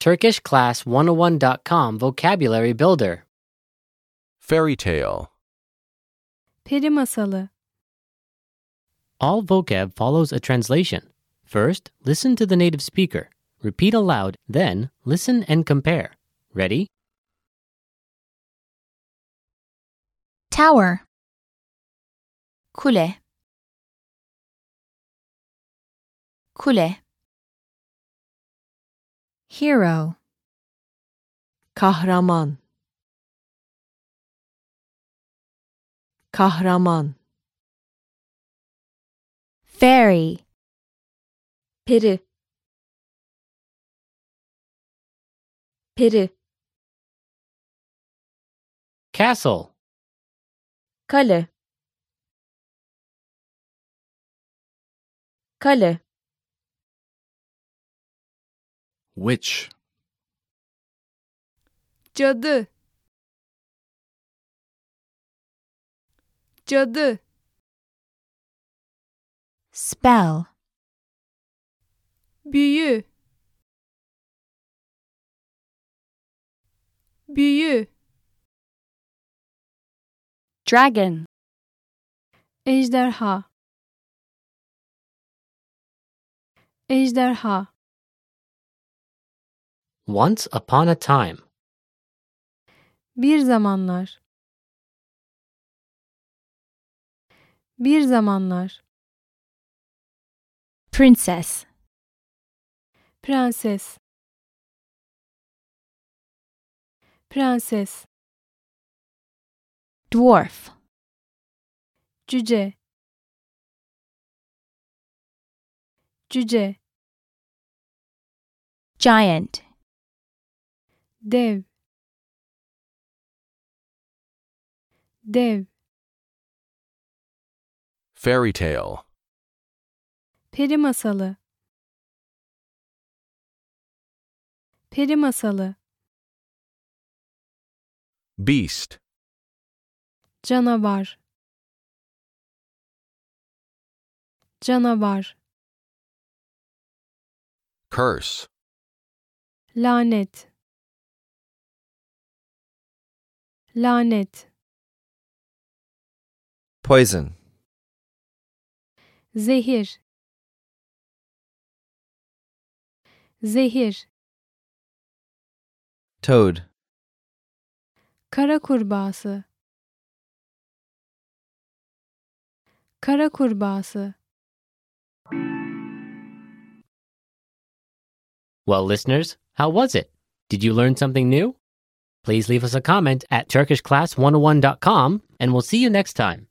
TurkishClass101.com Vocabulary Builder. Fairy tale. Peri masalı, All vocab follows a translation. First, listen to the native speaker. Repeat aloud, then, listen and compare. Ready? Tower Kule Kule Hero kahraman kahraman Fairy peri peri Castle. kale kale Witch. cadı, cadı, Spell büyü, büyü, Dragon ejderha, ejderha, Once upon a time. bir zamanlar, bir zamanlar, Princess prenses, prenses, Dwarf cüce, cüce, Giant dev, dev, Fairy tale. peri masalı, peri masalı, Beast. canavar, canavar, Curse. lanet, lanet, Poison. zehir, zehir, Toad. Kara kurbağası Kara kurbağası Well, listeners, how was it? Did you learn something oh new? Please leave us a comment at TurkishClass101.com and we'll see you next time.